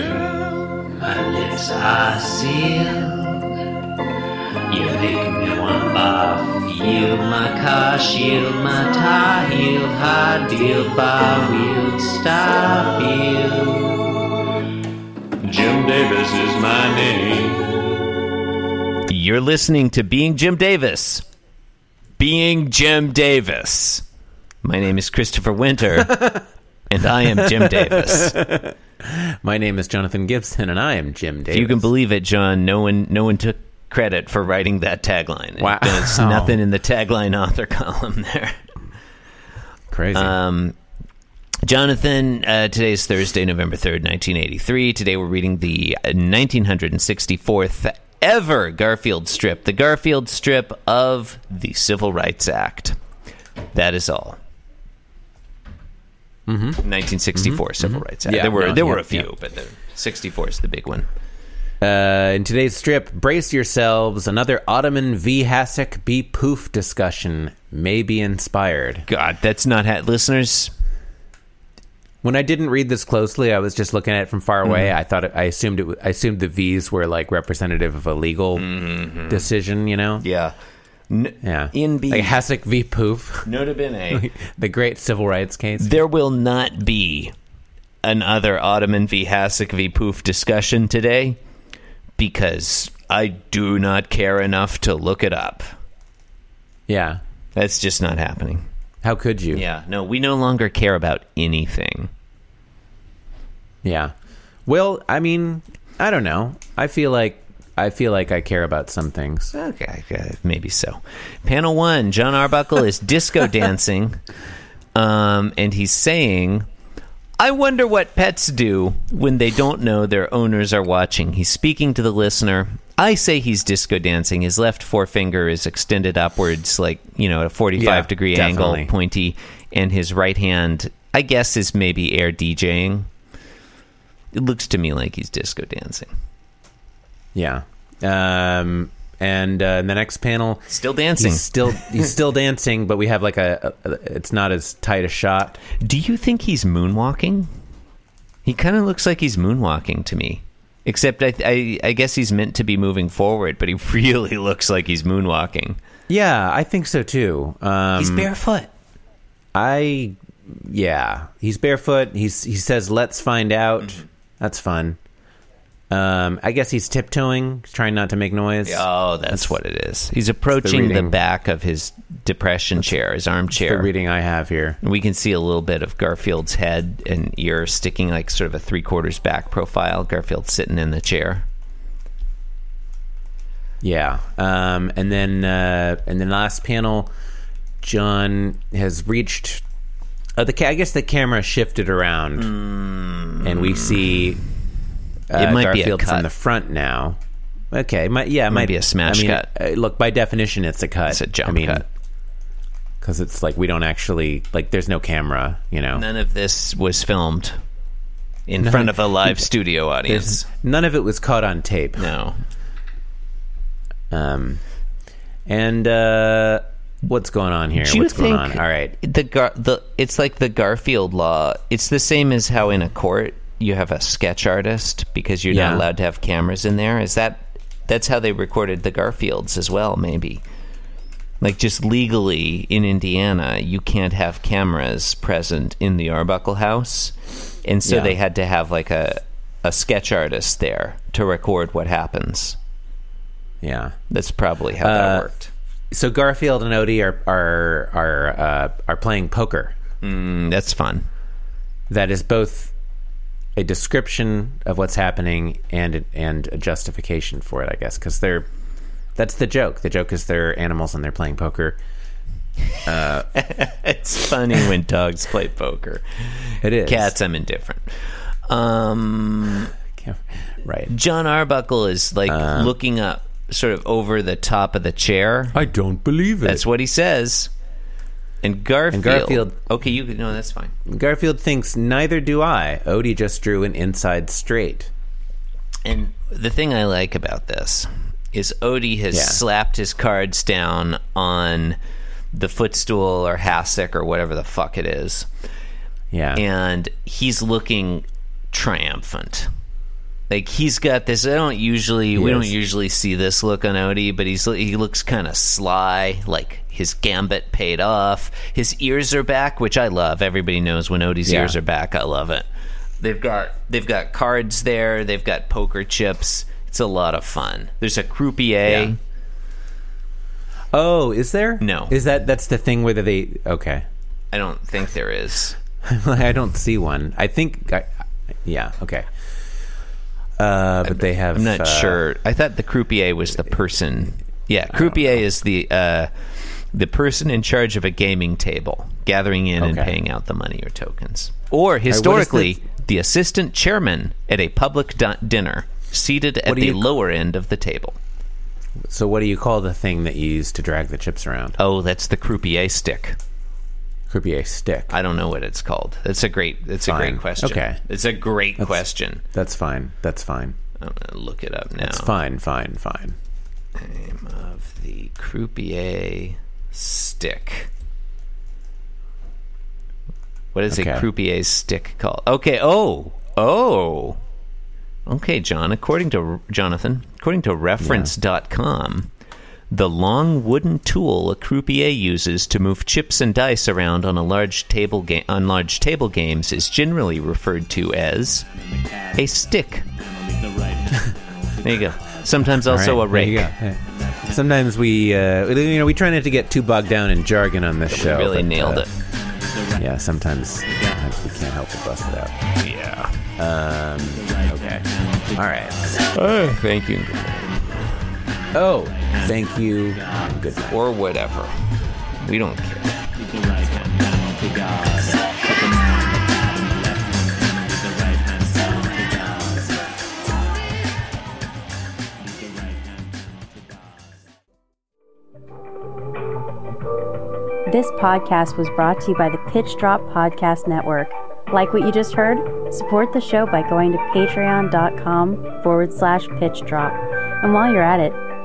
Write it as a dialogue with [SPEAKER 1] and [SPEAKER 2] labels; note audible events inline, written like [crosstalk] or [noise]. [SPEAKER 1] Girl, my lips are sealed. You make me want to barf. Yield my car, shield my tie, heel, hard deal, bar wheel, stop you. Jim Davis is my name.
[SPEAKER 2] You're listening to Being Jim Davis. Being Jim Davis. My name is Christopher Winter, and I am Jim Davis.
[SPEAKER 3] My name is Jonathan Gibson, and I am Jim Davis.
[SPEAKER 2] If you can believe it, John, no one, no one took credit for writing that tagline.
[SPEAKER 3] Wow.
[SPEAKER 2] There's nothing in the tagline author [laughs] column there.
[SPEAKER 3] crazy.
[SPEAKER 2] Um, Jonathan, uh, today's Thursday, November 3rd, 1983. Today we're reading the uh, 1964th ever Garfield strip, the Garfield strip of the Civil Rights Act. That is all. Mm-hmm. 1964 Civil Rights Act.
[SPEAKER 3] Yeah,
[SPEAKER 2] there were
[SPEAKER 3] no,
[SPEAKER 2] there were
[SPEAKER 3] yeah,
[SPEAKER 2] a few, but the 64 is the big one.
[SPEAKER 3] Uh, in today's strip, brace yourselves. Another Ottoman v. Hasek B. Poof discussion may be inspired.
[SPEAKER 2] God, that's not ha- listeners.
[SPEAKER 3] When I didn't read this closely, I was just looking at it from
[SPEAKER 2] Mm-hmm.
[SPEAKER 3] far away. I thought it, I assumed it. w- I assumed the V's were like representative of a legal decision. You know?
[SPEAKER 2] Mm-hmm. Yeah. N-
[SPEAKER 3] Yeah.
[SPEAKER 2] In B.
[SPEAKER 3] like Hasek v. Poof, [laughs]
[SPEAKER 2] Nota bene.
[SPEAKER 3] the great civil rights case.
[SPEAKER 2] There will not be another Ottoman v. Hasek v. Poof discussion today because I do not care enough to look it up.
[SPEAKER 3] Yeah.
[SPEAKER 2] That's just not happening.
[SPEAKER 3] How could you?
[SPEAKER 2] Yeah, no, we no longer care about anything.
[SPEAKER 3] Yeah. Well, I mean, I don't know. I feel like I feel like I care about some things.
[SPEAKER 2] Okay, uh, maybe so. Panel one: John Arbuckle
[SPEAKER 3] [laughs]
[SPEAKER 2] is disco dancing, um, and he's saying, "I wonder what pets do when they don't know their owners are watching." He's speaking to the listener. I say he's disco dancing. His left forefinger is extended upwards, like you know, at a forty-five
[SPEAKER 3] Yeah,
[SPEAKER 2] degree
[SPEAKER 3] definitely.
[SPEAKER 2] angle, pointy, and his right hand, I guess, is maybe air DJing. It looks to me like he's disco dancing.
[SPEAKER 3] Yeah. Um, and uh, in the next panel,
[SPEAKER 2] Still dancing.
[SPEAKER 3] He's still he's
[SPEAKER 2] [laughs]
[SPEAKER 3] still dancing, but we have like a, a it's not as tight a shot.
[SPEAKER 2] Do you think he's moonwalking? He kind of looks like he's moonwalking to me. Except I, I, I guess he's meant to be moving forward, but he [laughs] really looks like he's moonwalking.
[SPEAKER 3] Yeah, I think so too. Um,
[SPEAKER 2] He's barefoot.
[SPEAKER 3] I yeah, he's barefoot. He's he says, "Let's find out."
[SPEAKER 2] Mm-hmm.
[SPEAKER 3] That's fun. Um, I guess he's tiptoeing, trying not to make noise.
[SPEAKER 2] Oh, that's what it is. He's approaching the,
[SPEAKER 3] reading.
[SPEAKER 2] back of his depression chair, his
[SPEAKER 3] The
[SPEAKER 2] armchair.
[SPEAKER 3] reading I have here.
[SPEAKER 2] we can see a little bit of Garfield's head and ear sticking like sort of a three quarters back profile. Garfield's sitting in the chair.
[SPEAKER 3] Yeah. Um, and then uh, and then last panel, John has reached. Uh, the ca- I guess the camera shifted around, and we see uh,
[SPEAKER 2] Hmm. It might be a
[SPEAKER 3] Garfield
[SPEAKER 2] cut.
[SPEAKER 3] from the front now. Okay, might, yeah, it might,
[SPEAKER 2] be a smash
[SPEAKER 3] I mean,
[SPEAKER 2] cut.
[SPEAKER 3] uh, look, by definition, it's a cut.
[SPEAKER 2] It's a jump
[SPEAKER 3] I mean,
[SPEAKER 2] cut.
[SPEAKER 3] because it's like we don't actually like. There's no camera, you know.
[SPEAKER 2] None of this was filmed in front of a [laughs] live studio audience.
[SPEAKER 3] None of it was caught on tape.
[SPEAKER 2] No.
[SPEAKER 3] Um, and uh, what's going on here?
[SPEAKER 2] Do you
[SPEAKER 3] what's going
[SPEAKER 2] think
[SPEAKER 3] on? All right.
[SPEAKER 2] the Gar- the it's like the Garfield law. It's the same as how in a court you have a sketch artist because you're
[SPEAKER 3] Yeah.
[SPEAKER 2] not allowed to have cameras in there. Is that that's how they recorded the Garfields as well? Maybe like just legally in Indiana, you can't have cameras present in the Arbuckle house, and so
[SPEAKER 3] Yeah.
[SPEAKER 2] they had to have like a a sketch artist there to record what happens.
[SPEAKER 3] Yeah.
[SPEAKER 2] That's probably how that worked.
[SPEAKER 3] So Garfield and Odie are are are uh, are playing poker.
[SPEAKER 2] Mm, that's fun.
[SPEAKER 3] That is both a description of what's happening and and a justification for it, I guess, because they're that's the joke. The joke is they're animals and they're playing poker.
[SPEAKER 2] It's funny when dogs play poker.
[SPEAKER 3] It is
[SPEAKER 2] Cats, I'm indifferent. Um,
[SPEAKER 3] Can't- [laughs] right?
[SPEAKER 2] John Arbuckle is like
[SPEAKER 3] Uh.
[SPEAKER 2] looking up, sort of over the top of the chair.
[SPEAKER 3] I don't believe it.
[SPEAKER 2] That's what he says. And Garfield.
[SPEAKER 3] Garfield-
[SPEAKER 2] Okay, you no, that's fine.
[SPEAKER 3] Garfield thinks. Neither do I. Odie just drew an inside straight.
[SPEAKER 2] And the thing I like about this is Odie has
[SPEAKER 3] Yeah.
[SPEAKER 2] slapped his cards down on the footstool or hassock or whatever the fuck it is.
[SPEAKER 3] Yeah.
[SPEAKER 2] and he's looking triumphant. Like he's got this. I don't usually. we
[SPEAKER 3] Yes.
[SPEAKER 2] don't usually see this look on Odie, but he's he looks kind of sly. Like his gambit paid off. His ears are back, which I love. Everybody knows when Odie's
[SPEAKER 3] Yeah.
[SPEAKER 2] ears are back. I love it. They've got they've got cards there. They've got poker chips. It's a lot of fun. There's a croupier.
[SPEAKER 3] Yeah. Oh, is there?
[SPEAKER 2] No.
[SPEAKER 3] Is that that's the thing where they? Okay,
[SPEAKER 2] I don't think there is.
[SPEAKER 3] [laughs] I don't see one. I think. I, yeah. Okay. Uh, but they have.
[SPEAKER 2] I'm not
[SPEAKER 3] uh,
[SPEAKER 2] sure. I thought the croupier was the person. Yeah, croupier is the uh, the person in charge of a gaming table, gathering in and
[SPEAKER 3] Okay.
[SPEAKER 2] paying out the money or tokens. Or
[SPEAKER 3] the-
[SPEAKER 2] historically, the assistant chairman at a public di- dinner, seated at
[SPEAKER 3] do
[SPEAKER 2] the
[SPEAKER 3] you ca-
[SPEAKER 2] lower end of the table.
[SPEAKER 3] So, what do you call the thing that you use to drag the chips around?
[SPEAKER 2] Oh, that's the croupier stick.
[SPEAKER 3] Could be a stick.
[SPEAKER 2] I don't know what it's called. That's a great. That's a
[SPEAKER 3] Fine.
[SPEAKER 2] great question.
[SPEAKER 3] Okay.
[SPEAKER 2] it's a great question.
[SPEAKER 3] That's fine. That's fine.
[SPEAKER 2] I'm gonna look it up now.
[SPEAKER 3] It's fine. Fine. Fine.
[SPEAKER 2] name of the croupier stick. What is a
[SPEAKER 3] Okay.
[SPEAKER 2] croupier stick called? Okay. Oh. Oh. Okay, John. According to Jonathan, according to reference.com, the long wooden tool a croupier uses to move chips and dice around on a large table game on large table games is generally referred to as a stick. [laughs] there you go. Sometimes also
[SPEAKER 3] All
[SPEAKER 2] a
[SPEAKER 3] right, there
[SPEAKER 2] rake.
[SPEAKER 3] you go. Hey. Sometimes we, uh, you know, we try not to get too bogged down in jargon on this show.
[SPEAKER 2] really
[SPEAKER 3] but,
[SPEAKER 2] nailed
[SPEAKER 3] uh,
[SPEAKER 2] it.
[SPEAKER 3] Yeah, sometimes, sometimes we can't help but bust it out. Yeah. Um, okay. All right.
[SPEAKER 2] Thank you.
[SPEAKER 3] Oh, thank you. Good night.
[SPEAKER 2] Or whatever. We don't care.
[SPEAKER 4] This podcast was brought to you by the Pitch Drop Podcast Network. Like what you just heard? Support the show by going to patreon.com forward slash pitch drop. And while you're at it,